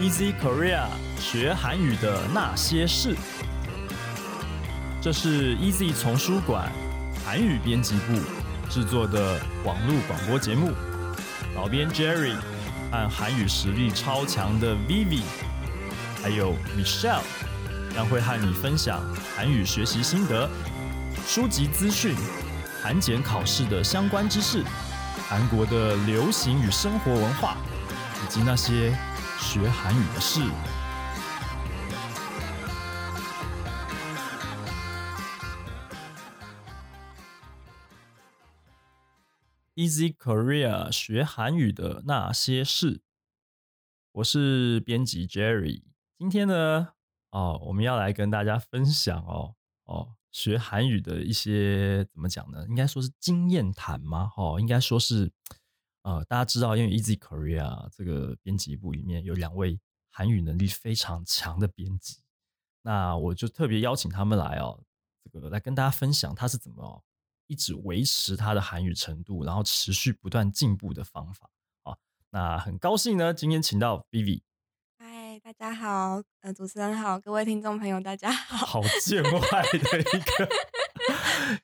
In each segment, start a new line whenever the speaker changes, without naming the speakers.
Easy Korea 学韩语的那些事，这是 Easy 丛书馆韩语编辑部制作的网络广播节目。老编 Jerry 和韩语实力超强的 Vivi，还有 Michelle 将会和你分享韩语学习心得、书籍资讯、韩检考试的相关知识、韩国的流行与生活文化，以及那些。学韩语的事。Easy Korea 学韩语的那些事，我是编辑 Jerry。今天呢，哦，我们要来跟大家分享哦哦，学韩语的一些怎么讲呢？应该说是经验谈吗？哦，应该说是。呃，大家知道，因为 Easy Korea 啊这个编辑部里面有两位韩语能力非常强的编辑，那我就特别邀请他们来哦，这个来跟大家分享他是怎么、哦、一直维持他的韩语程度，然后持续不断进步的方法啊。那很高兴呢，今天请到 Vivi。
嗨，大家好，呃，主持人好，各位听众朋友，大家
好
好。
见外的一个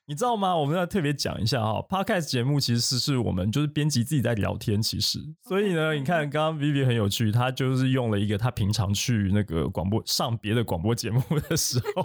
你知道吗？我们要特别讲一下哈、哦、，podcast 节目其实是我们就是编辑自己在聊天，其实，所以呢，你看刚刚 Vivi 很有趣，他就是用了一个他平常去那个广播上别的广播节目的时候，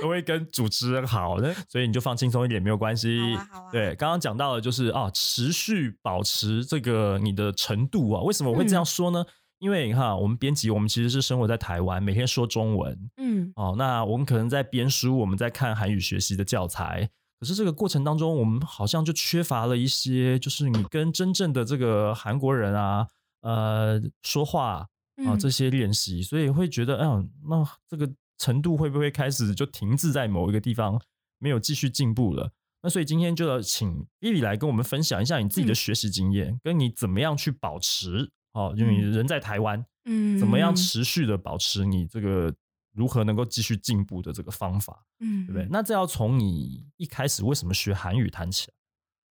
都会跟主持人好 的，所以你就放轻松一点，没有关系。
好啊好啊
对，刚刚讲到的就是啊，持续保持这个你的程度啊，为什么我会这
嗯
样说呢？因为你看，我们编辑，我们其实是生活在台湾，每天说中文，
嗯，
哦，那我们可能在编书，我们在看韩语学习的教材，可是这个过程当中，我们好像就缺乏了一些，就是你跟真正的这个韩国人啊，呃，说话啊
嗯
这些练习，所以会觉得，哎呦，那这个程度会不会开始就停滞在某一个地方，没有继续进步了？那所以今天就要请伊里来跟我们分享一下你自己的
嗯
学习经验，跟你怎么样去保持哦，因为你
嗯
人在台湾，
嗯，
怎么样持续的保持你这个如何能够继续进步的这个方法，
嗯，
对不对？那这要从你一开始为什么学韩语谈起来。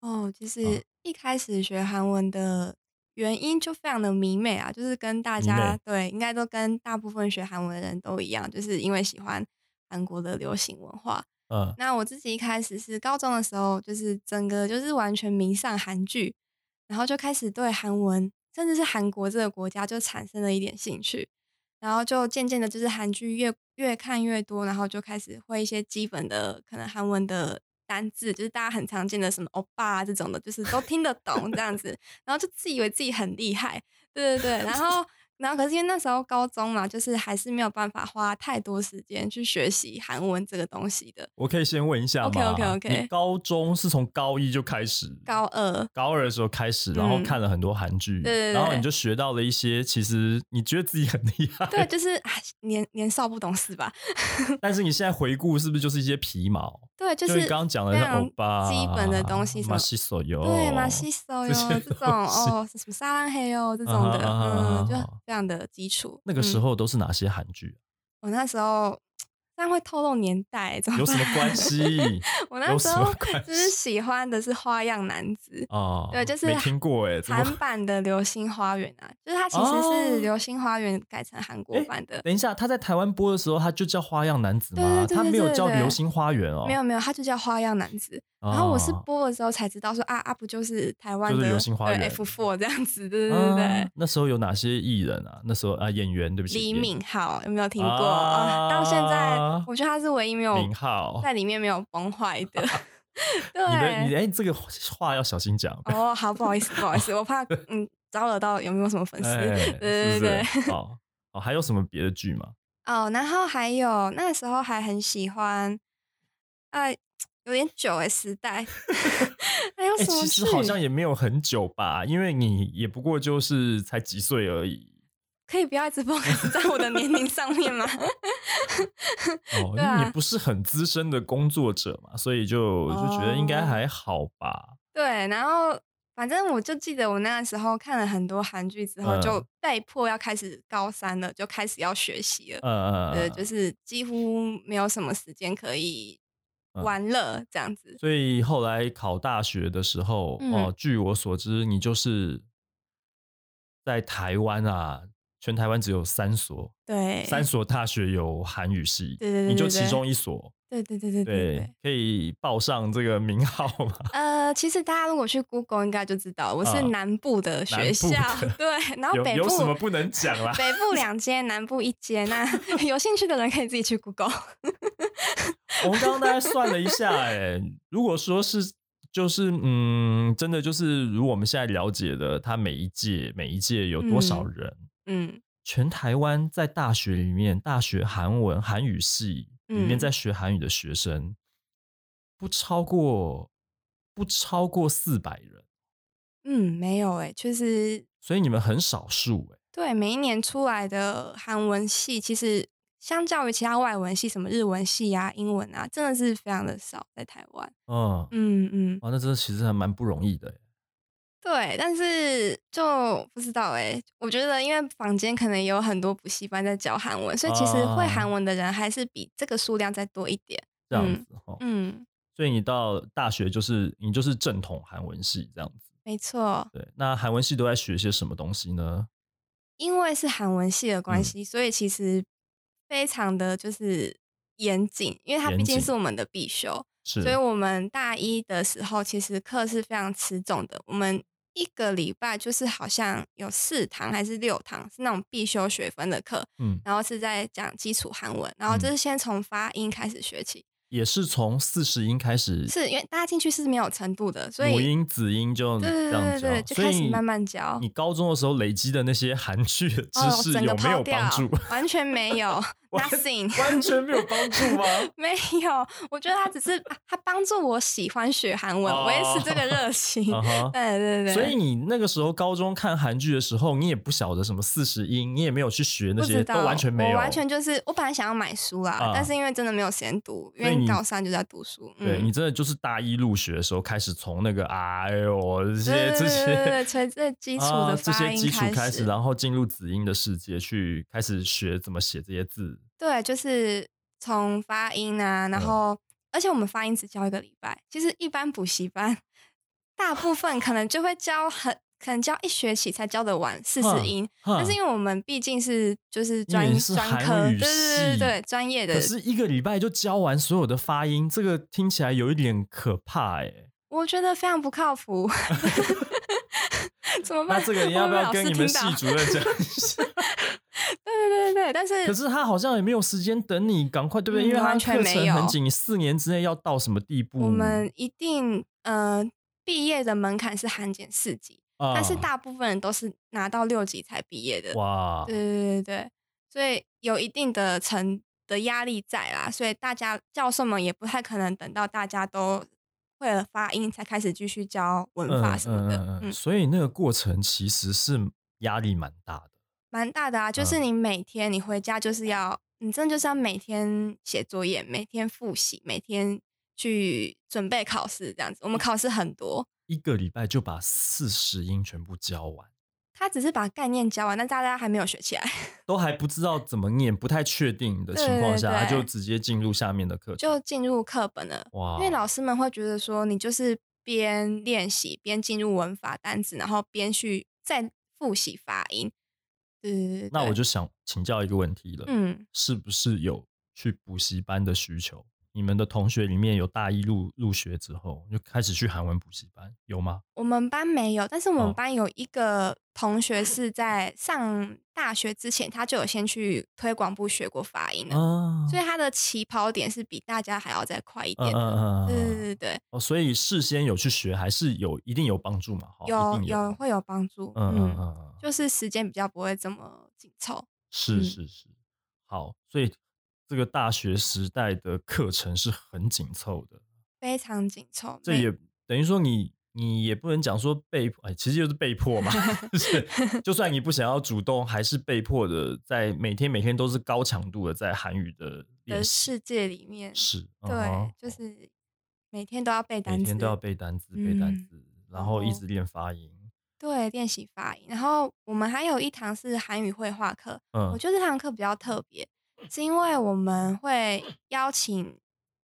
哦，
啊
其实一开始学韩文的原因就非常的迷妹啊，就是跟大
迷
家
妹
对，应该都跟大部分学韩文的人都一样，就是因为喜欢韩国的流行文化。
嗯，
那我自己一开始是高中的时候，就是整个就是完全迷上韩剧，然后就开始对韩文，甚至是韩国这个国家就产生了一点兴趣，然后就渐渐的，就是韩剧越越看越多，然后就开始会一些基本的可能韩文的单字，就是大家很常见的什么欧巴、啊、这种的，就是都听得懂这样子，然后就自以为自己很厉害，对对对，然后。然后，可是因为那时候高中嘛，就是还是没有办法花太多时间去学习韩文这个东西的。
我可以先问一下吗
OK，OK，OK
你高中是从高一就开始，
高二，
高二的时候开始，然后
嗯
看了很多韩剧，
对对对
然后你就学到了一些，其实你觉得自己很厉害，
对，就是啊，年年少不懂事吧？
但是你现在回顾是不是就是一些皮毛？
对，就
你
是
刚刚讲的
非
是
常
欧巴
基本的东西，什么
马西手游，
对马西手
这
哟
些
这
东
种哦，什么沙拉黑哦这种
啊哈啊
的，
哈啊哈
嗯，就
啊哈
非常的基础。
那个时
嗯，
候都是哪些韩剧？
我那时候。这样会透露年代，怎么
啊有什么
办
关？系？
我那
有
时
什么
候
关
就是
系
喜欢的是《花样男子
哦，
对就是
没听过哎，》怎
韩
么？
版的《流星花园》啊，就是它其实是
哦
《流星花园》改成韩国
诶
版的，
等一下，他在台湾播的时候，他就叫《花样男子》吗？
对对对
他没有
对对
叫《
对
流星花园》哦，
没有。没有，它就叫《花样男子》。然后我是播的时候才知道说啊啊，不就是台湾
哦就是
的
流星花园
F Four 这样子，对对对对。
啊那时候有哪些艺人啊？那时候啊，演员对不起，
李
演
敏镐有没有听过
啊
啊？到现在我觉得他是唯一没有
林浩，
在里面没有崩坏 的。
你的你
对，
哎，这个话要小心讲。
哦，好，不好意思，不好意思，我怕嗯招惹到有没有什么粉丝？
哎，是不
对对对。
是？好，好，还有什么别的剧吗？
哦，然后还有那时候还很喜欢，呃，有点久哎，时代 还有
哎，
什么
其
剧？
实好像也没有很久吧，因为你也不过就是才几岁而已。
可以不要 一直 focus 在我的年龄上面吗？
哦，
对
因为
啊
你不是很资深的工作者嘛，所以就就觉得应
哦
该还好吧。
对，然后反正我就记得我那时候看了很多韩剧之后，
嗯
就被迫要开始高三了，就开始要学习了。
呃，
对，就是几乎没有什么时间可以
嗯
玩乐这样子。
所以后来考大学的时候，哦、
嗯
据我所知，你就是在台湾啊，全台湾只有三所，
对，
三所大学有韩语系，
对对对
你就
对
其
对
中一所，
对对对对对对
对。，可以报上这个名号吗？
呃，其实大家如果去 Google 应该就知道，我
啊
是南部的学校，
南部的
对，然后
有
啊北部
有什么不能讲啦
北 部两间，南部一间，那 有兴趣的人可以自己去 Google。
我们刚刚大概算了一下、哎，如果说是就是嗯，真的就是如我们现在了解的，它每一届每一届有多少
嗯
人？
嗯，
全台湾在大学里面，大学韩文韩语系里面
嗯
在学韩语的学生，不超过不超过四百人，
嗯，没有哎、就是
所以你们很少数、哎，
对每一年出来的韩文系，其实相较于其他外文系，什么日文系啊、英文啊，真的是非常的少在台湾。
嗯，
嗯嗯，
哇，那真的其实还蛮不容易的、哎
对，但是就不知道哎、我觉得因为坊间可能有很多补习班在教韩文，所以其实会
啊
韩文的人还是比这个数量再多一点。
这样
嗯
子哈、哦
嗯，
所以你到大学就是你就是正统韩文系这样子。
没错。
对，那韩文系都在学些什么东西呢？
因为是韩文系的关
嗯
系，所以其实非常的就是严谨，因为它
严
毕竟
谨
是我们的必修，
是，
所以我们大一的时候其实课是非常吃重的，我们。一个礼拜就是好像有四堂还是六堂是那种必修学分的课，
嗯，
然后是在讲基础韩文，然后就是先从发音开始学起，
也是从四十音开始，
是因为大家进去是没有程度的，所
母
以
音、子音就
对
这
对
样
对
教
对，，就开始慢慢教。
你高中的时候累积的那些韩剧的
哦
知识
整
有
个
没有
抛掉
帮助？，
完全没有
完
，nothing，
完全没有帮助吗？
没有，我觉得他只是啊他帮助我喜欢学韩文，
哦
维持这个热情。
啊哈
对 对对，
所以你那个时候高中看韩剧的时候，你也不晓得什么四十音，你也没有去学那
不
些，
知
都
道，
完全没有，
我完全就是我本来想要买书啦，
啊
但是因为真的没有时间读，因
所以
为
你
高三就在读书。
对
嗯
你真的就是大一入学的时候开始从那个哎呦这些
对
这
对对
些
对对，从最基础
啊
的
这
发
些
音
基础开
始，
然后进入子音的世界去开始学怎么写这些字，
对，就是从发音啊，然后、
嗯
而且我们发音只教一个礼拜，其实一般补习班大部分可能就会教很，可能教一学期才教得完四
哈
十音，但是因
为
为我们毕竟是就是
因为
专
你是
专
韩
科，
语
对对对
系
对，专业的
可，是一个礼拜就教完所有的发音，这个听起来有一点可怕哎、
我觉得非常不靠 谱。怎么办？
那这个你
会
要不
被
要
老
跟
师
你们
听到
系主任讲一 下？
对对对对，但是
可是他好像也没有时间等你，赶快对不对？
嗯
因为他
完全
课
没
程
有
很紧，四年之内要到什么地步？
我们一定呃毕业的门槛是韩检四级，
啊，
但是大部分人都是拿到六级才毕业的。
哇，
对对对对，所以有一定的成的压力在啦，所以大家教授们也不太可能等到大家都会了发音才开始继续教文
嗯
法什么
嗯
的。
嗯
嗯
嗯，所以那个过程其实是压力蛮大的。
蛮大的啊，就是
嗯
你每天你回家就是要，你真的就是要每天写作业，每天复习，每天去准备考试这样子。我们考试很多，
一个礼拜就把四十音全部教完，
他只是把概念教完，但大家还没有学起来，
都还不知道怎么念，不太确定的情况下，
对对对
他就直接进入下面的课程。
就进入课本了。
哇，
因为老师们会觉得说，你就是边练习边进入文法单字，然后边去再复习发音。对对对，
那我
对
就想请教一个问题了，
嗯，
是不是有去补习班的需求？你们的同学里面有大一入入学之后就开始去韩文补习班，有吗？
我们班没有，但是我
哦
们班有一个同学是在上大学之前，他就有先去推广部学过发音了，
啊，
所以他的起跑点是比大家还要再快一
嗯
点
嗯
的。
嗯嗯
对对
嗯，
对对，
哦，所以事先有去学，还是有一定有帮助嘛？哈，哦一
有
定
有会有帮助，
嗯嗯嗯
嗯，
嗯，嗯
就是时间比较不会这么紧凑。
是
嗯
是是，好，所以这个大学时代的课程是很紧凑的，
非常紧凑，
这
每
也等于说你你也不能讲说被迫，哎，其实就是被迫嘛， 就是就算你不想要主动，还是被迫的，在每天每天都是高强度的在韩语的练
的
习，
世界里面，
是，嗯
对
哼，
就是每天都要背单
每
词，
天都要背单词，背单
嗯
词，然后一
后
直练发音，
对练习发音。然后我们还有一堂是韩语绘画课，
嗯
我，觉得这堂课比较特别，是因为我们会邀请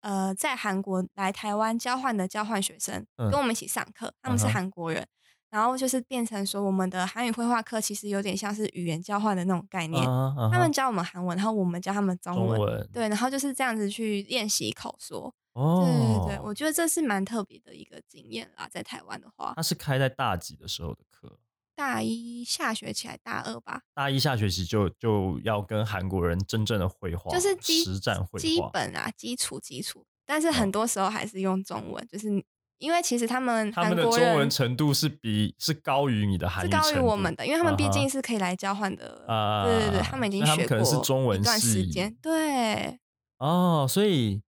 呃在韩国来台湾交换的交换学生，
嗯
跟我们一起上课，他们是
嗯哼
韩国人。然后就是变成说，我们的韩语绘画课其实有点像是语言交换的那种概念。
啊啊哈
他们教我们韩文，然后我们教他们中
中
文，
文
对，然后就是这样子去练习口说。对
哦，
对对，我觉得这是蛮特别的一个经验啦，在台湾的话，
它是开在大几的时候的课？
大一下学期还大二吧，
大一下学期就就要跟韩国人真正的绘画，
就是基
实战绘画，哦
基本啊，基础基础，但是很多时候还是用中文，就是你因为其实他们
他
韩
们的
国
中
人
文程度是比是高于你的韩
是
语
高于
程
我
度
们的，因为他们毕
啊哈
竟是可以来交换的，
啊
对对对，他们已经
那他们
学
可
过
能是中文
一段时
系
间，对，
哦，所以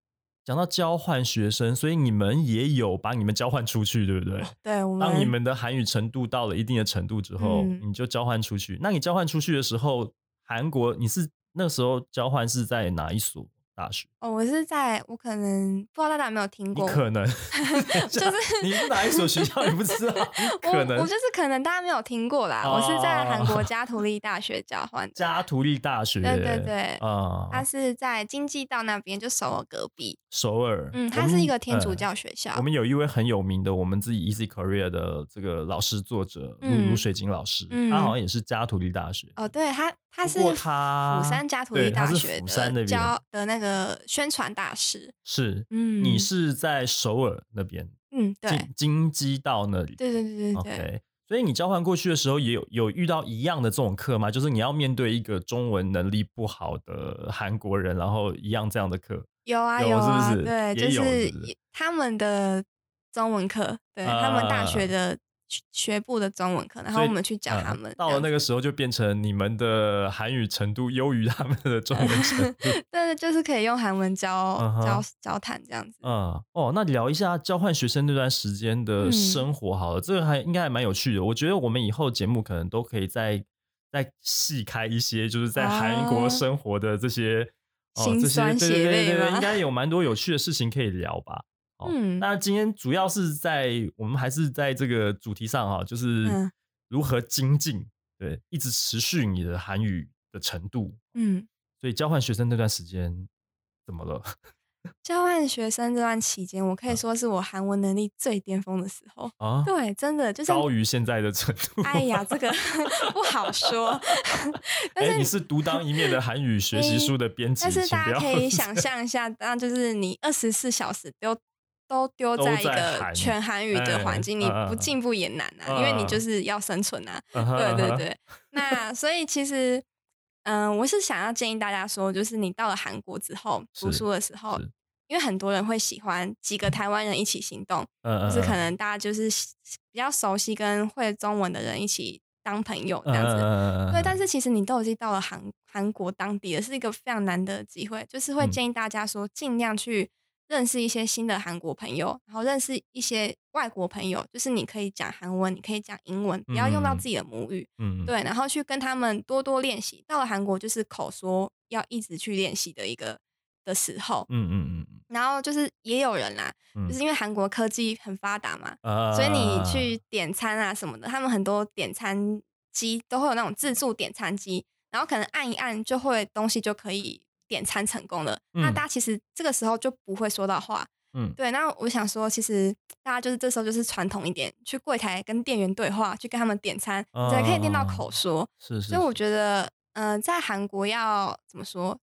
讲到交换学生，所以你们也有把你们交换出去，对不对？
对我们
当你们的韩语程度到了一定的程度之后，
嗯
你就交换出去。那你交换出去的时候，韩国你是那时候交换是在哪一所大学？
哦，我是在我可能不知道大家有没有听
你
过，
可 能 就是你是哪一所学校，你不知道，你
我
可能
我就是可能大家没有听过啦，我是在韩
哦
国加图利大学交换的，
加图利大学，
对对对
啊、
它是在京畿道那边，就首尔隔壁。
首尔，
嗯，
我
它
们
是一个天主
嗯
教学校。
我们有一位很有名的，我们自己 Easy Korea 的这个老师作者
嗯
卢卢水晶老师，
嗯
他好像也是加图利大学。
哦，对，它它
不
是
过它
釜山加图
对
利
它
大
是
学
釜山那
的
边
教的那个宣传大使。
是，
嗯，
你是在首尔那边，
嗯，对，
京京畿道那里。
对对对对对。
OK，所以你交换过去的时候，也有有遇到一样的这种课吗？就是你要面对一个中文能力不好的韩国人，然后一样这样的课。
有啊
有是不
啊，
是也
对，就
有
是
是不是
他们的中文课，对他们大
啊
学的学学部的中文课，然后
所以
我们去教
嗯
他们。
到
这
了
样
那个时候，就变成你们的韩语程度优于他们的中文程度。
对，就是可以用韩文交、
嗯哼
交交谈这样子。
嗯，哦，那聊一下交换学生那段时间的
嗯
生活好了，这个还应该还蛮有趣的。我觉得我们以后节目可能都可以再再细开一些，就是在韩国
啊
生活的这些、哦，
辛
这些
酸
对对
血
对
泪
对对，
吗
应该有蛮多有 趣的事情可以聊吧。哦、
嗯
那今天主要是在我们还是在这个主题上哈、就是
嗯
如何精进，对，一直持续你的韩语的程度。
嗯，
所以交换学生那段时间怎么了？
交换学生这段期间，我可
嗯
以说是我韩文能力最巅峰的时候。
啊，
对，真的就是，
高于现在的程度。
哎呀，这个 不好说。
哎、你是独当一面的韩语学习书的编辑，
但是
请不
大
要
家可 以想象一下，那就是你二十四小时丢都丢
都
在一
在
个
喊
全韩语的环境，
哎
你
嗯嗯
不
嗯
进步也难啊，因为你就是要生存啊。对
嗯
对，对，那所以其实，嗯，我是想要建议大家说，就是你到了韩国之后读
是
书的时候
是，
因为很多人会喜欢几个台湾人一起行动，
嗯嗯，
就是可能大家就是喜比较熟悉跟会中文的人一起当朋友这样
嗯
子。
子
对，但是其实你都已经到了韩韩国当地了，是一个非常难得的机会，就是会
嗯
建议大家说，尽量去认识一些新的韩国朋友，然后认识一些外国朋友，就是你可以讲韩文，你可以讲英文，不要用到
嗯
自己的母语，
嗯，
对，然后去跟他们多多练习。到了韩国，就是口说要一直去练习的一个的时候，
嗯嗯嗯
然后就是也有人啦，
嗯，
就是因为韩国科技很发达嘛，
啊，
所以你去点餐啊什么的，他们很多点餐机都会有那种自助点餐机，然后可能按一按就会东西就可以点餐成功了。那
嗯
大家其实这个时候就不会说到话，
嗯
对。那我想说，其实大家就是这时候就是传统一点，去柜台跟店员对话，去跟他们点餐，你才可以练到口说。
哦是是，
所以我觉得，嗯、在韩国要怎么说，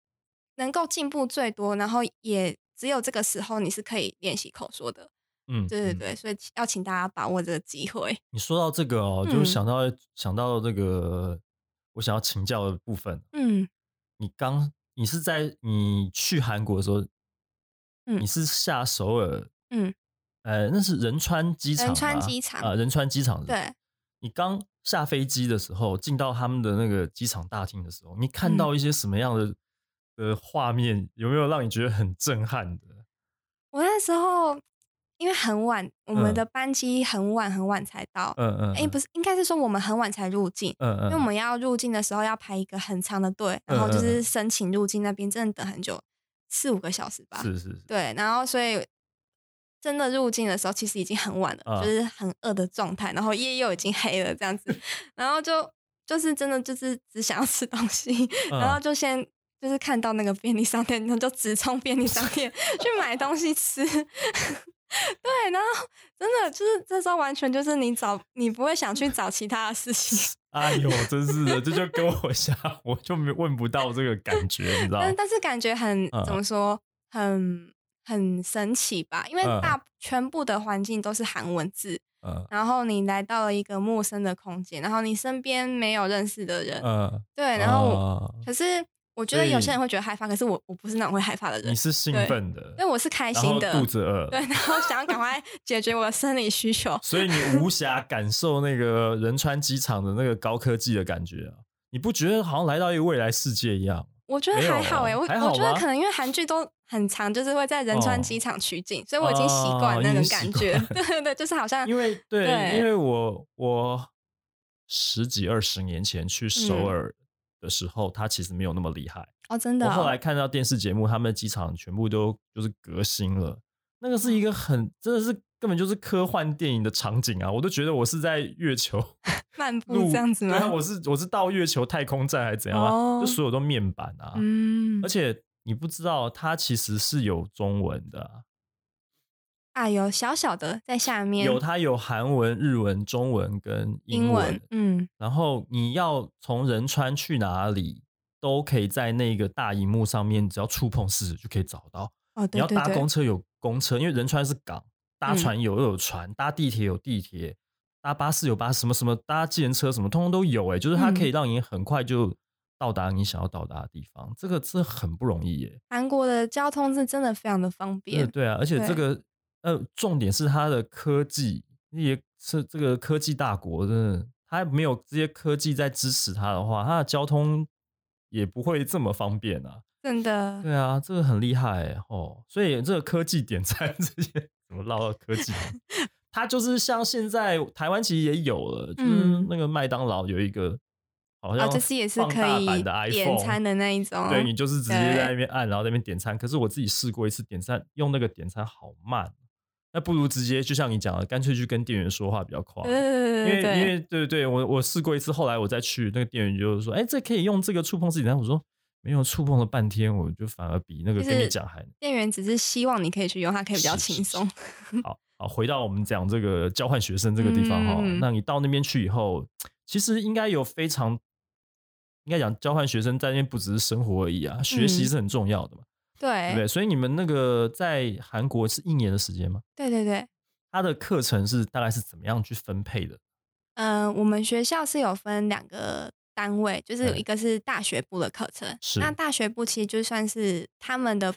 能够进步最多，然后也只有这个时候你是可以练习口说的。
嗯
对对对，所以要请大家把握这个机会。
你说到这个哦，就
嗯
想到想到这个我想要请教的部分，
嗯，
你刚你是在你去韩国的时候，
嗯
你是下首尔，
嗯，
呃，那是仁川机场吗，
仁川机场
啊、仁川机场是不是
对。
你刚下飞机的时候，进到他们的那个机场大厅的时候，你看
嗯
到一些什么样的的画面？有没有让你觉得很震撼的？
我那时候因为很晚，
嗯
我们的班机很晚很晚才到。
嗯嗯，
哎、不
是，
是，应该是说我们很晚才入境，
嗯嗯，
因为我们要入境的时候要排一个很长的队，然后就
嗯嗯
是
嗯
申请入境那边真的等很久，四五个小时吧。
是是是，
对，然后所以真的入境的时候，其实已经很晚了，
啊
就是很饿的状态，然后夜又已经黑了这 样子，然后就就是真的就是只想要吃东西，
嗯
然后就先就是看到那个便利商店，然后就直冲便利商店去买东西吃。 对，然后真的就是这时候完全就是你找你不会想去找其他的事情，
哎呦，真是的，这就跟我想，我就没问不到这个感觉，你知道吗
但？但是感觉很、
嗯
怎么说，很很神奇吧？因为
嗯
大、全部的环境都是韩文字，
嗯
然后你来到了一个陌生的空间，然后你身边没有认识的人，
嗯，
对，然后我、
啊
可是我觉得有些人会觉得害怕，可是我我不是那种会害怕的人
你，是兴奋的，
因为我是开
然
心
后
的，
肚子饿了，，
对，然后想要赶快解决我的生理需求
所以你无暇感受那个仁川机场的那个高科技的感觉啊，你不觉得好像来到一个未来世界一样？
我觉得
没有
还好哎、
哦
我
还好
我觉得
吗
可能因为韩剧都很长，就是会在仁川
哦
机场取景，所以我已经习惯
哦
那
已经
种
习
感觉，
惯
对对对，就是好像
因 为对，
对
因为我我十几二十年前去首尔的时候，它其实没有那么厉害。
哦嗯真的
我
哦、
后来看到电视节目，他们的机场全部都就是革新了，那个是
哦
一个很真的是根本就是科幻电影的场景啊！我都觉得我是在月 球
漫步
路
哦这样子
对啊，
吗？
我是我是到月球太空站还是怎样啊？
哦
就所有都面板啊，
嗯
而，且你不知道它其实是有中文的啊、
啊有小小的在下面
有它有韩文、日文、中文跟
英
英文，
嗯
然后你要从仁川去哪里，都可以在那个大荧幕上面，只要触碰四十就可以找到。
哦
你
对
要
对
搭
对
公，车有公车，因为仁川是港，搭
嗯
船有又有船，搭地铁有地铁，搭巴士有巴士，什么什么搭计程车什么，通通都有、欸。哎，就是它
嗯
可以让你很快就到达你想要到达的地方，这个这很不容易耶、
韩国的交通是真的非常的方
对
便，
对啊，而且这
对
个呃，重点是它的科技也是这个科技大国，真的，它没有这些科技在支持它的话，它的交通也不会这么方便啊。
真的。
对啊，这个很厉害、欸、哦。所以这个科技点赞 这些怎么唠到科 技？它就是像现在台湾其实也有了，就是
嗯
那个麦当劳有一个好像
哦，就是也是
放
可
大
以
版的 iPhone
点餐的那一种，
对你就是直接
对
在那边按，然后在那边点餐。可是我自己试过一次点餐，用那个点餐好慢，那不如直接就像你讲的，干脆去跟店员说话比较快。
对对
因
对
为
对嗯对，
因为对对对，我我试过一次，后来我再去那个店员就是说，哎，这可以用这个触碰式点餐。我说没有触碰了半天，我就反而比那个
就
跟你
是
讲还
店员只是希望你可以去用，它可以比较
是是
轻松。
好。好，回到我们讲这个交换学生这个地方哈、
嗯
那你到那边去以后，其实应该有非常，应该讲交换学生在那边不只是生活而已啊，学习
嗯
是很重要的嘛。对不
对
对？所以你们那个在韩国是一年的时间吗？
对对对，
它的课程是大概是怎么样去分配的？
嗯、我们学校是有分两个单位，就是
嗯
一个是大学部的课程，
是
那大学部其实就算是他们的，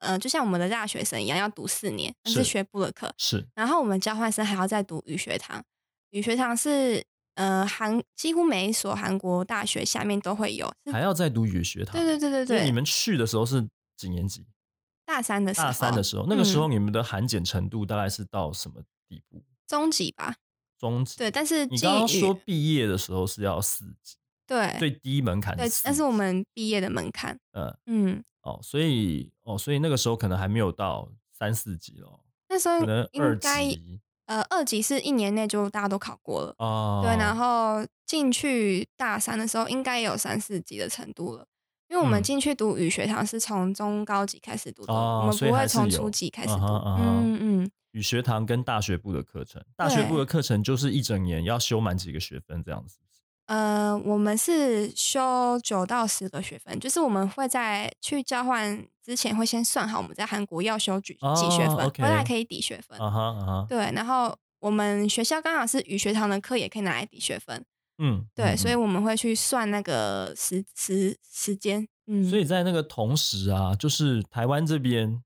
呃，就像我们的大学生一样，要读四年，但
是
是学部的课，
是
然后我们交换生还要再读语学堂，语学堂是呃韩几乎每一所韩国大学下面都会有，是
还要再读语学堂？
对对对对
所以你
对，
们去的时候是几年级？
大三的时候，
大三的时候，那个时候
嗯
你们的韩检程度大概是到什么地步？
中级吧，
中级？
对，但是
你刚刚
敬语
说毕业的时候是要四级，
对
最低门槛
对
四，
但是
级
我们毕业的门槛，
嗯
嗯，
哦，所以哦，所以那个时候可能还没有到三四级咯，
那时候
可能二
嗯应该
级
呃二级是一年内就大家都考过了，
哦，
对，然后进去大三的时候应该也有三四级的程度了。因为我们
嗯
进去读语学堂是从中高级开始读的，
哦
我们
所以
不
还
会
是有
从初级开始
嗯
读。
哼嗯哼
嗯嗯，
语学堂跟大学部的课程，大学部的课程就是一整年要修满几个学分这样子。
呃，我们是修九到十个学分，就是我们会在去交换之前会先算好我们在韩国要修几
哦
几学分，
，OK
回来可以抵学分。
啊哈啊哈，
呃对，然后我们学校刚好是语学堂的课，也可以拿来抵学分。
嗯，
对，
嗯
所以
嗯
我们会去算那个时时时间。嗯，
所以在那个同时啊，就是台湾这边，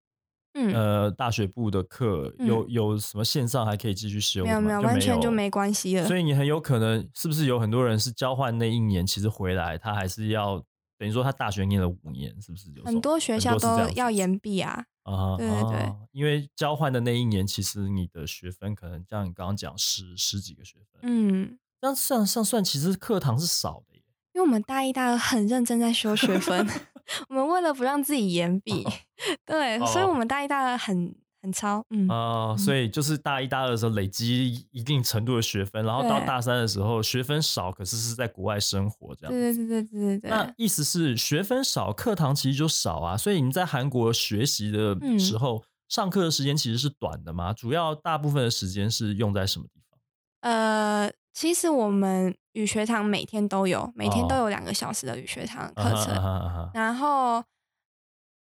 嗯
呃，大学部的课
嗯
有有什么线上还可以继续修的
没
吗？
有没有，完全就没关系了。
所以你很有可能，是不是有很多人是交换那一年，其实回来他还是要等于说他大学念了五年，是不是有时候？
很多学校
很多是这
都
样子
要延毕啊。
啊，
对对对
啊，因为交换的那一年，其实你的学分可能像你刚刚讲十十几个学分，
嗯，
这样算上算，其实课堂是少的耶。
因为我们大一、大二很认真在修 学分，我们为了不让自己延毕，对，所以
哦
我们大一、大二很很超，嗯，
哦，所以就是大一、大二的时候累积一定程度的学分，然后到
对
大三的时候学分少，可是是在国外生活这样。
对对对对对对
那
对，
意思是学分少，课堂其实就少啊，所以你在韩国学习的
嗯
时候，上课的时间其实是短的嘛，主要大部分的时间是用在什么地方？
呃，其实我们语学堂每天都有，每天都
哦
有两个小时的语学堂课
啊哈
程，
啊哈啊哈
然后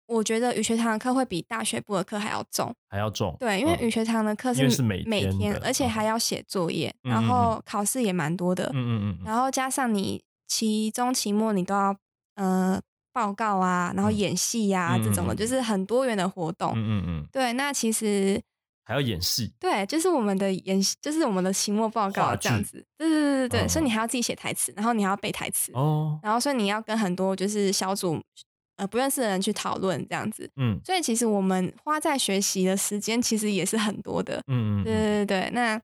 我觉得语学堂的课会比大学部的课还要重，
还要重
对，因为语
嗯
学堂的课
因为是每
每
天
天
的，
而且
嗯
还要写作业，
嗯嗯
然
嗯
后考试也蛮多的，
嗯嗯嗯嗯
然后加上你期中、期末你都要呃报告啊，然后
嗯
演戏呀、啊
嗯
这种的，
嗯嗯
就是很多元的活动。
嗯嗯嗯，
对，那其实
还要演戏，
对，就是我们的演戏，就是我们的期末报
话
告这样
剧
子。对对对对对，所以
嗯
你还要自己写台词，然后你还要背台词，
哦，
然后所以你要跟很多就是小组呃不认识的人去讨论这样子。
嗯
所以其实我们花在学习的时间其实也是很多的。
嗯嗯
对
嗯，
对对对，那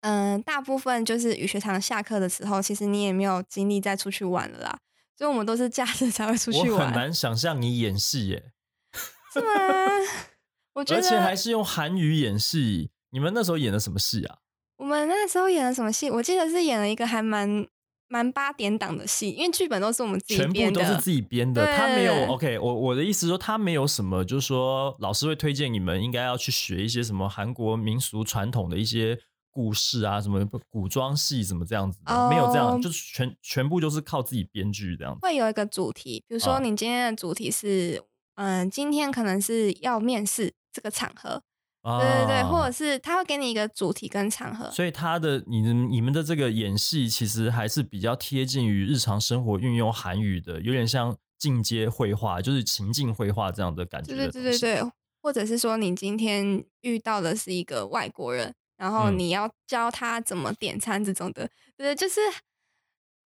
嗯、呃大部分就是语学堂下课的时候，其实你也没有精力再出去玩了啦，所以我们都是假日才会出去
我很
玩，
难想象你演戏耶，
是吗？ 我觉
而且
得
还是用韩语演戏。你们那时候演的什么戏啊？
我们那时候演了什么戏，我记得是演了一个还蛮蛮八点档的戏，因为剧本都是我们自己
全部
编
都
的，
是自己编的，
对
他没有 OK 我。我的意思是说，他没有什么，就是说老师会推荐你们应该要去学一些什么韩国民俗传统的一些故事啊，什么古装戏，什么这样子的，没有这
哦
样，就是全全部都是靠自己编剧这样子。
会有一个主题，比如
哦
说你今天的主题是，嗯、今天可能是要面试这个场合，
对
对对对，
哦
或者是他会给你一个主题跟场合，
所以他的你的你们的这个演戏其实还是比较贴近于日常生活，运用韩语的，有点像进阶绘画，就是情境绘画这样的感觉
对
的
对
东西。
对对对，或者是说你今天遇到的是一个外国人，然后
嗯
你要教他怎么点餐这种的，对，就是，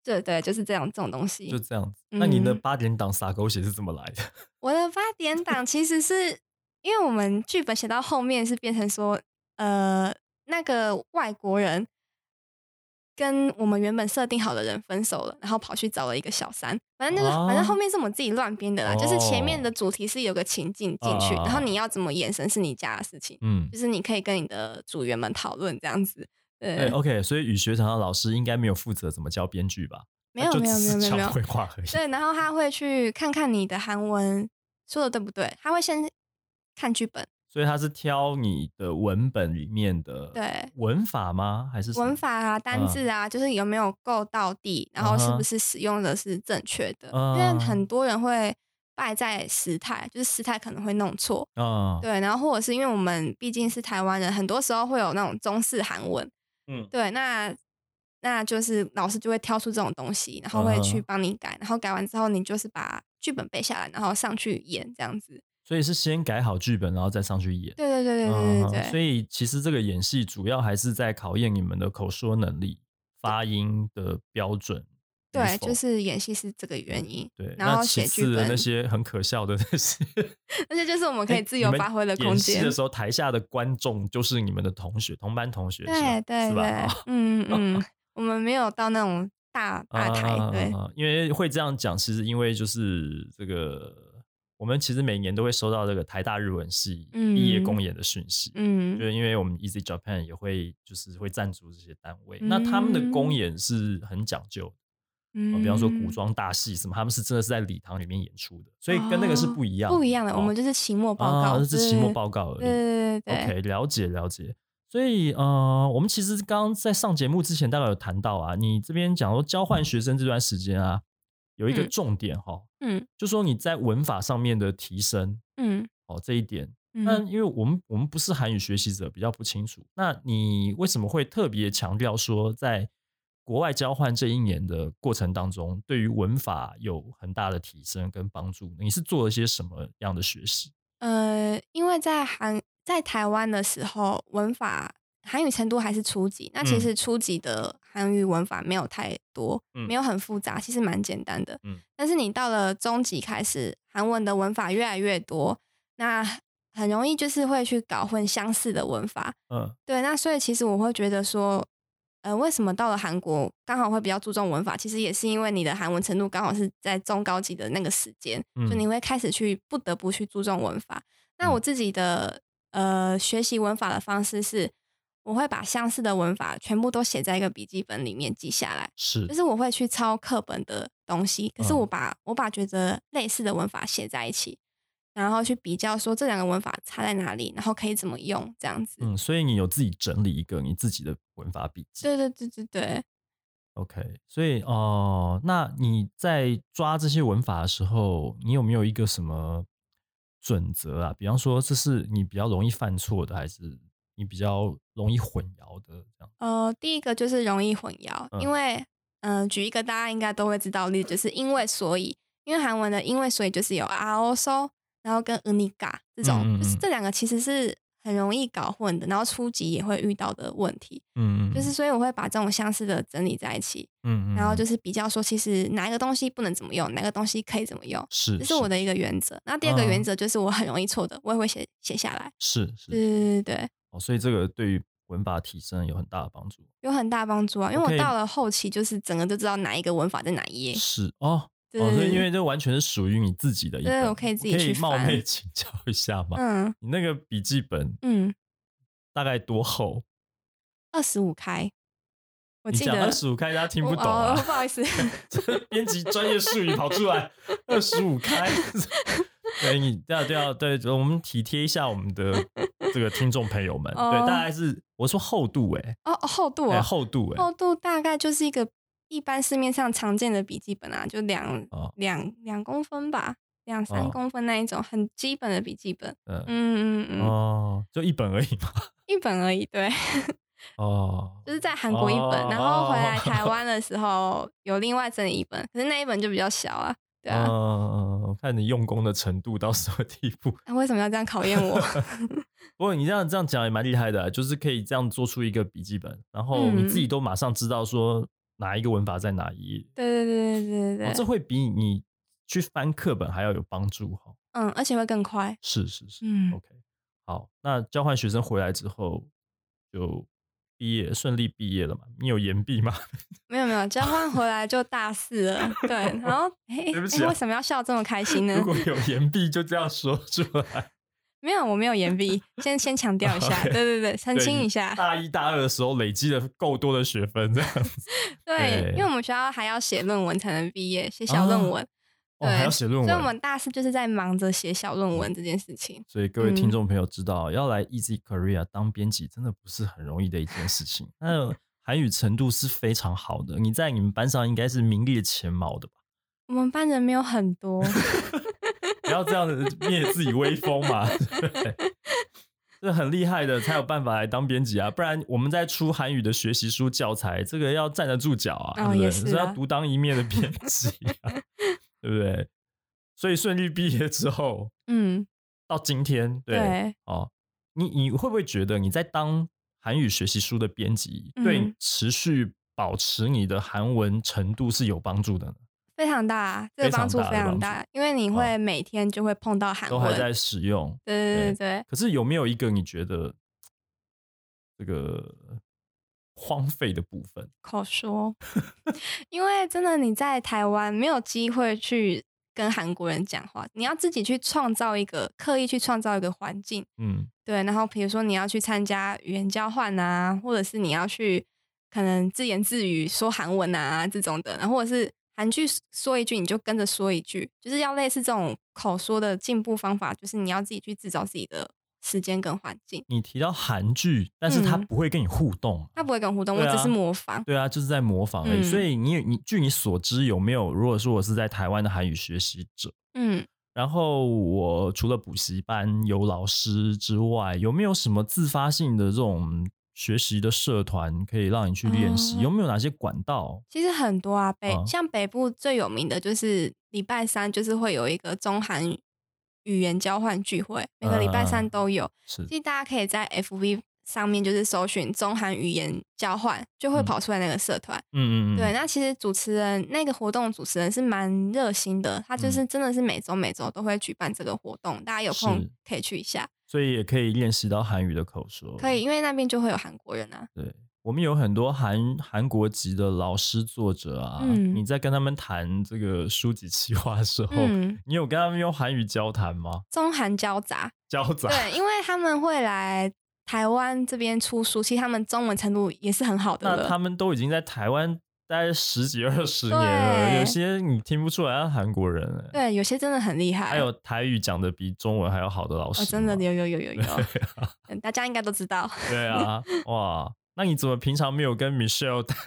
对对，就是这样这种东西
就。这样子。那你的
嗯
八点档撒狗血是怎么来的？
我的八 点档其实是因为我们剧本写到后面是变成说，呃，那个外国人跟我们原本设定好的人分手了，然后跑去找了一个小三。反正那个，反
哦
正后面是我们自己乱编的啦，就是前面
哦
的主题是有个情境进去，然后你
啊
要怎么延伸是你家的事情。
嗯，
就是你可以跟你的组员们讨论这样子。对，
对，OK，所以哎语学堂的老师应该没有负责怎么教编剧吧？
没有
他就
没有
只
没有
是
没有没
教
有
绘画而已。
对，然后他会去看看你的韩文说的对不对，他会先看剧本、
所以他是挑你的文本里面的
对
文法吗？还是嗯啊什么
文？法啊、单字啊，就是有没有够到地，然后是不是使用的是正确的。因
嗯
为很多人会败在时态，就是时态可能会弄错。
啊，
对，然后或者是因为我们毕竟是台湾人，很多时候会有那种中式韩文，
嗯，
对，那那就是老师就会挑出这种东西，然后会去
嗯
帮你改，然后改完之后你就是把剧本背下来，然后上去演这样子。
所以是先改好剧本，然后再上去演。
对对对对对
嗯
对
所
对，
以其实这个演戏主要还是在考验你们的口说能力、发音的标准与否。
对，就是演戏是这个原因。
对。
然后
那
写
其
剧
次的
本
那，些很可笑的那些，
那些就是我们可
哎
以自由
你们
发挥的空
演戏
间
的。时候，台下的观众就是你们的同学，同班同学是吧，
对对
是
对
吧？，哦
嗯嗯，嗯我们没有到那种大大台，对
啊，因为会这样讲，其实因为就是这个，我们其实每年都会收到这个台大日文系
嗯
毕业公演的讯息。就
嗯，
是因为我们 Easy Japan 也会就是会赞助这些单位，那他们的公
嗯
演是很讲究的，
嗯
呃比方说古装大戏什么，他们是真的是在礼堂里面演出的，所以跟那个是
哦
不一样的、
不一样的，我
哦
们就是期末报
啊，
告，
这是期末
对
报告而已。
对对对
OK，了解了解。所以呃，我们其实刚刚在上节目之前，大概有谈到啊，你这边讲说交换学生这段时间啊，有一个
嗯
重点哈、
嗯
就说你在文法上面的提升
嗯
哦这一点。那
嗯
因为我们我们不是韩语学习者，比较不清楚。那你为什么会特别强调说，在国外交换这一年的过程当中，对于文法有很大的提升跟帮助呢？你是做了些什么样的学习？
呃，因为在韩在台湾的时候，文法韩语程度还是初级，那其
嗯
实初级的韩语文法没有太多，
嗯
没有很复杂，其实蛮简单的。
嗯
但是你到了中级开始，韩文的文法越来越多，那很容易就是会去搞混相似的文法。
嗯
对，那所以其实我会觉得说，呃，为什么到了韩国刚好会比较注重文法？其实也是因为你的韩文程度刚好是在中高级的那个时间，就
嗯
你会开始去不得不去注重文法。那我
嗯
自己的呃学习文法的方式是，我会把相似的文法全部都写在一个笔记本里面记下来。
是
就是我会去抄课本的东西，可是
嗯
我把、我把觉得类似的文法写在一起，然后去比较说这两个文法差在哪里，然后可以怎么用这样子。
嗯，所以你有自己整理一个你自己的文法笔记。
对对对对对，
OK，所以哦、呃那你在抓这些文法的时候，你有没有一个什么准则啊？比方说，这是你比较容易犯错的，还是你比较容易混淆的？这样
呃，第一个就是容易混淆，
嗯
因为嗯、呃举一个大家应该都会知道的例子，就是因为所以，因为韩文的因为所以就是有 r o so，然后跟 unica 这种，
嗯嗯
就是
嗯
这两个其实是很容易搞混的，然后初级也会遇到的问题，
嗯，嗯
就是所以我会把这种相似的整理在一起。
嗯嗯，
然后就是是比较说，其实哪一个东西不能怎么用，哪个东西可以怎么用，
是
这是我的一个原则。那第二个
嗯
原则就是我很容易错的，我也会写写下来。
是是
对对对对，
哦，所以这个对于文法提升有很大的帮助。
有很大帮助啊，因为
OK
我到了后期就是整个就知道哪一个文法在哪一页。
是哦。
对
哦，所
对
以
对
因为这完全是属于你自己的一
对
本
我可以自己去
可以冒
翻
昧请教一下吗？
嗯
你那个笔记本
嗯，
大概多厚？
二十五开，我
你
记
讲
得
二十五开，大家听不
我
懂啊！
哦，不好意思，
这 编辑专业术语跑出来，二十五开。 对，你对啊，对啊，对，我们体贴一下我们的这个听众朋友们。对，
哦
大概是我说厚度、欸，
哦哦厚度
哎、
哦，
厚度、欸，哎，
厚度大概就是一个一般市面上常见的笔记本啊，就两
哦
两两公分吧，两
哦
三公分那一种很基本的笔记本。
嗯，
嗯嗯嗯，
哦，就一本而已嘛。
一本而已，对，
哦，
就是在韩国一本，
哦
然后回来台 湾的时候有另外整理一本，可是那一本就比较小啊，对啊，
嗯，我看你用功的程度到什么地步。
那为什么要这样考验我？
不过你这样这样讲也蛮厉害的啊、就是可以这样做出一个笔记本，然后
嗯
你自己都马上知道说哪一个文法在哪一页。
对对对对对
哦
对，
这会比你去翻课本还要有帮助哈、哦。
嗯，而且会更快，
是是是、
嗯
o，k 好，那交换学生回来之后就毕业，顺利毕业了嘛？你有延毕吗？
没有没有，交换回来就大四了，对，然后哎
对不
哎
起啊
哎，为什么要笑这么开心呢
如？ 果有延毕，就这样说出来。
没有，我没有言毕，先先强调一下，
OK
对对对，澄
对
清
你
一下，
大一大二的时候累积了够多的学分，这样子对
对，因为我们学校还要写论文才能毕业，写小论
哦
文，
哦，还要写论
所以我
文。
们大四就是在忙着写小论文这件事情。
所以各位听
嗯
众朋友知道，要来 Easy Korea 当编辑真的不是很容易的一件事情。那韩语程度是非常好的，你在你们班上应该是名列前茅的吧？
我们班人没有 很多，
不要这样子灭自己威风嘛，对不对这很厉害的才有办法来当编辑啊，不然我们在出韩语的学习书教材，这个要站得住脚啊，
哦
对不对？
也是啊
所以要独当一面的编辑、啊，对不对？所以顺利毕业之后，
嗯，
到今天，对
对，
哦，你你会不会觉得你在当韩语学习书的编辑，
嗯
对持续保持你的韩文程度是有帮助的呢？
非常大，这
非
个
常
帮助
大的
非常
帮
大，因为你
哦
会每天就会碰到韩
都还在
文，
使用，
对对
对
对对，
可是有没有一个你觉得这个荒废的部分？
口说， 因为真的你在台湾没有机会去跟韩国人讲话，你要自己去创造一个，刻意去创造一个环境，
嗯，
对，然后比如说你要去参加语言交换啊，或者是你要去可能自言自语说韩文啊这种的，然后或者是韩剧说一句你就跟着说一句，就是要类似这种口说的进步方法，就是你要自己去制造自己的时间跟环境。
你提到韩剧，但是他
嗯
不会跟你互动，
他不会跟我互动，
对啊
我只是模仿。
对啊，就是在模仿而已。
嗯
所以你你据你所知，有没有如果说我是在台湾的韩语学习者，
嗯，
然后我除了补习班有老师之外，有没有什么自发性的这种学习的社团可以让你去练习？
哦
有没有哪些管道？
其实很多啊，北、
嗯
像北部最有名的就是礼拜三，就是会有一个中韩语言交换聚会，每个礼
嗯
拜
嗯嗯
三都有。
是
其实大家可以在 FB 上面就是搜寻中韩语言交换，就会
嗯
跑出来那个社团。
嗯嗯嗯，
对，那其实主持人那个活动主持人是蛮热心的，他就
嗯
是真的是每周每周都会举办这个活动，大家有空
是
可以去一下，
所以也可以练习到韩语的口说。
可以，因为那边就会有韩国人啊。
对，我们有很多韩韩国籍的老师作者啊，
嗯
你在跟他们谈这个书籍企划的时候，
嗯，
你有跟他们用韩语交谈吗？
中韩交杂，
交杂
对，因为他们会来台湾这边出书，其实他们中文程度也是很好的
那他
了。
们都已经在台湾待十几二十年了，
对
有些你听不出来他是韩国人、欸。
对，有些真的很厉害，
还有台语讲的比中文还要好的老师、
哦，真的。有有有 有有，
啊
嗯大家应该都知道。
对啊，哇，那你怎么平常没有跟 Michelle 谈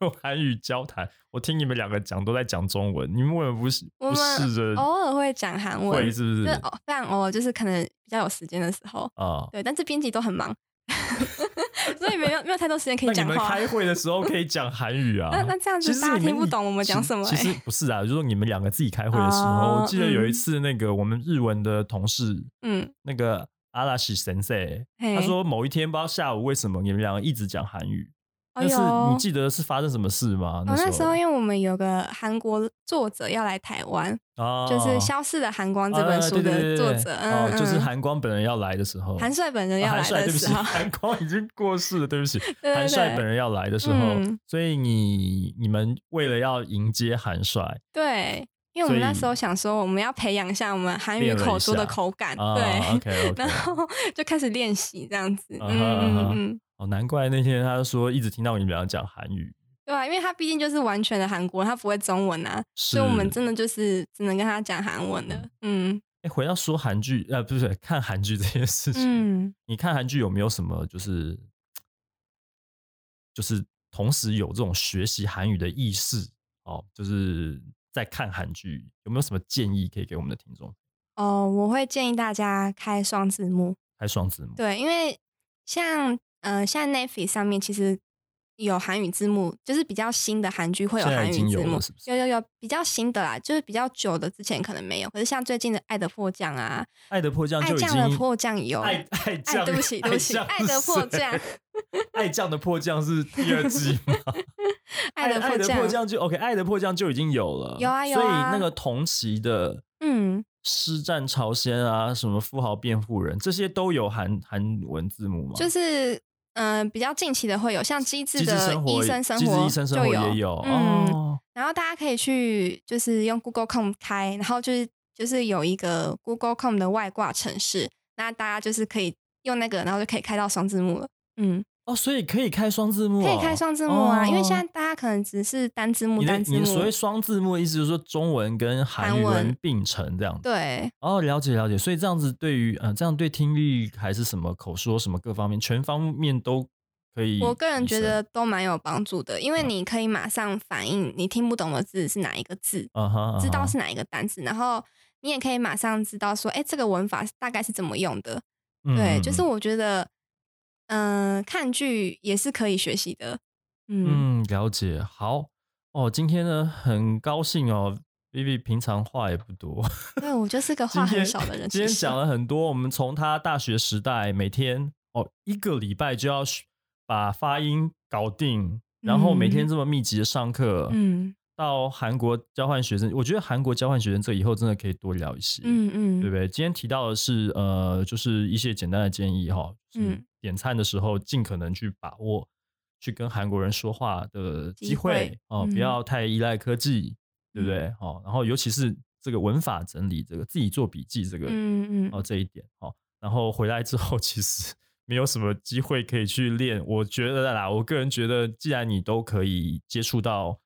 用韩语交谈？我听你们两个讲都在讲中文，你们为什么不是
我
不
们哦
试着
偶尔会讲韩文
会是不？
就是偶非常偶尔，就是可能比较有时间的时候，
啊，
对。但是编辑都很忙， 所以没有没有太多时间可
那
以
你
讲
们
话。
开会的时候可以讲韩语啊
。那那这样子
其实
大家
你们
听不
一
懂我们讲
其
什么
其
欸
实不是啊，就是说你们两个自己开会的时候，
哦
我记得有一
嗯
次那个我们日文的同事
嗯，
那个阿拉西神社，
他
他说某一天不知道下午为什么你们两个一直讲韩语，：“
哎
但
呦，
是你
哦，
记得是发生什么事吗？
那时
时
候因为我们有个韩国作者要来台湾，
啊，
就是《消逝的寒光》这
啊
本书
对对
的
对
作
对
者，
哦
嗯，嗯
就是韩光本人要来的时候，
韩帅本人
啊
要
韩
来
帅
的
对不起，
时候，
韩光已经过世了，对不起，
对
韩帅
对
本人要来的时候
嗯，
所以你你们为了要迎接韩帅
对，因为我们
所以
那时候想说，我们要培养一下我们韩语
练了一
口说的
下
口感，
啊
对，
，OK OK，
然后就开始练习这样子，嗯
啊哈啊哈
嗯嗯，
哦，难怪那天他说一直听到你们俩讲韩语，
对啊，因为他毕竟就是完全的韩国人，他不会中文啊，
是
所以我们真的就是只能跟他讲韩文的，嗯
哎，回到说韩剧，呃，不是看韩剧这件事情，
嗯，
你看韩剧有没有什么就是就是同时有这种学习韩语的意识哦？就是在看韩剧有没有什么建议可以给我们的听众？
哦，我会建议大家开双字幕，
开双字幕，
对，因为像呃，像 Netflix 上面其实。有韩语字幕，就是比较新的韩剧会有
现在
韩
已
语
经有
字幕
了是不，是
有有有比较新的啦，就是比较久的之前可能没有，可是像最近的《爱的迫降》啊，
爱的迫降
爱
就已经
酱的迫降有
爱 爱
哎，
酱，
对不起，对不起，《
酱
爱的
是
迫
谁，
降》，《
爱酱的迫降是第二季吗？
爱的迫
爱的
降
迫》降就 OK，爱的迫降就已经有了，
有啊有啊
所以那个同期的，
嗯，
师战朝鲜啊，什么富豪辩护人，这些都有韩韩文字幕吗？
就是嗯、呃比较近期的会有，像《机智
机智
的
生活
医
也，
生生
机
活》
智医生生活
就
也有，
嗯，
哦，
然后大家可以去就是用 Google Com 开，然后就是就是有一个 Google Com 的外挂程式，那大家就是可以用那个，然后就可以开到双字幕了。嗯，
哦，所以可以开双字幕、
可以开。双字幕啊，因为现在
哦
大家可能只是单字幕，
你的
单字
你的所
幕
谓，双字幕，意思就是说中文跟韩
韩
语文
文
并成这样子。
对，
哦，了解了解，所以这样子对于嗯、呃，这样对听力还是什么口说什么各方面，全方面都可以提升。
我个人觉得都蛮有帮助的，因为你可以马上反应你听不懂的字是哪一个字，
嗯哼，嗯哼
知道是哪一个单字，然后你也可以马上知道说，哎、这个文法大概是怎么用的。
嗯
对，
嗯
就是我觉得，嗯、看剧也是可以学习的。嗯，
嗯，了解。好哦，今天呢很高兴哦，Vivi 平常话也不多，
对我就是 个
今
话很
天
少的人。
今天
其实
讲了很多，我们从他大学时代每天哦一个礼拜就要学把发音搞定，然后每天
嗯
这么密集的上课，
嗯
到韩国交换学生，我觉得韩国交换学生这以后真的可以多聊一些，
嗯嗯，
对不对？今天提到的是呃，就是一些简单的建议哈，嗯
嗯，
点餐的时候尽可能去把握去跟韩国人说话的机
机会
会哦，
嗯
不要太依赖科技，对不对？哦，然后尤其是这个文法整理，这个自己做笔记这个，
嗯嗯
哦这一点哦，然后回来之后其实。 没有什么机会可以去练，我觉得啦，我个人觉得，既然你都可以接触到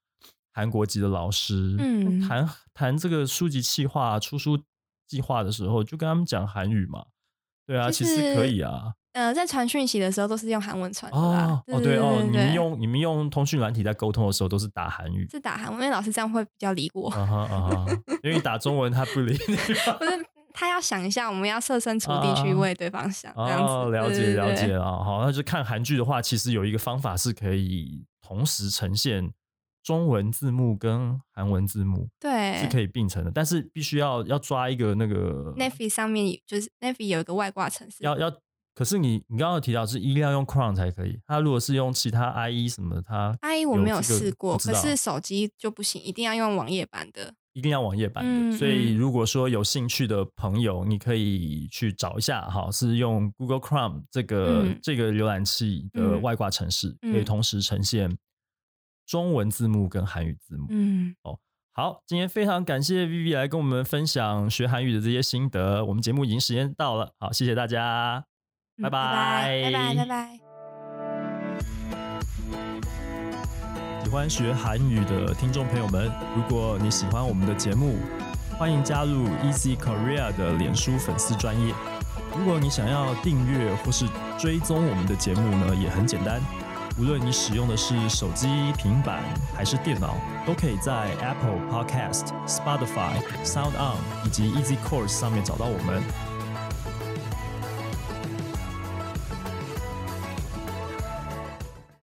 韩国籍的老师，
嗯
谈谈这个书籍企划、出书计划的时候，就跟他们讲韩语嘛。对啊，其
就
实可
是
以啊。
呃，在传讯息的时候都是用韩文传的
哦
啦。
哦
呃对
对哦，你们
对
用你们用通讯软体在沟通的时候都是打韩语。
是打韩文，因为老师这样会比较理我。
啊哈啊哈， 因为你打中文他 不理你嘛。
不是他要想一下，我们要设身处地去
啊
为对方想，这样子。
哦，了解
对
了解。
对对
啊，好，那就看韩剧的话，其实有一个方法是可以同时呈现中文字幕跟韩文字幕
对，
是可以并成的，但是必须要要抓一个那个
n e f i 上面有就是 n e f i 有一个外挂程式，
要要，可是你你刚刚有提到是一定要用 Crown 才可以，它如果是用其他 IE 什么的，它
IE 哎 E 我没有
这个
试过，
不知
可
道
是手机就不行，一定要用网页版的。
一定要网页版的。
嗯
所以
嗯
如果说有兴趣的朋友，你可以去找一下哈，是用 Google Chrome 这个、
嗯
这个浏览器的
嗯
外挂程式，
嗯
可以同时呈现中文字幕跟韩语字幕。
嗯，
好，今天非常感谢 Vivi 来跟我们分享学韩语的这些心得。我们节目已经时间到了，好，谢谢大家，
嗯
拜拜
拜拜，拜拜。
喜欢学韩语的听众朋友们，如果你喜欢我们的节目，欢迎加入 Easy Korea 的脸书粉丝专业。如果你想要订阅或是追踪我们的节目呢，也很简单，无论你使用的是手机、平板还是电脑，都可以在 Apple Podcast、Spotify、Sound On 以及 Easy Course 上面找到我们。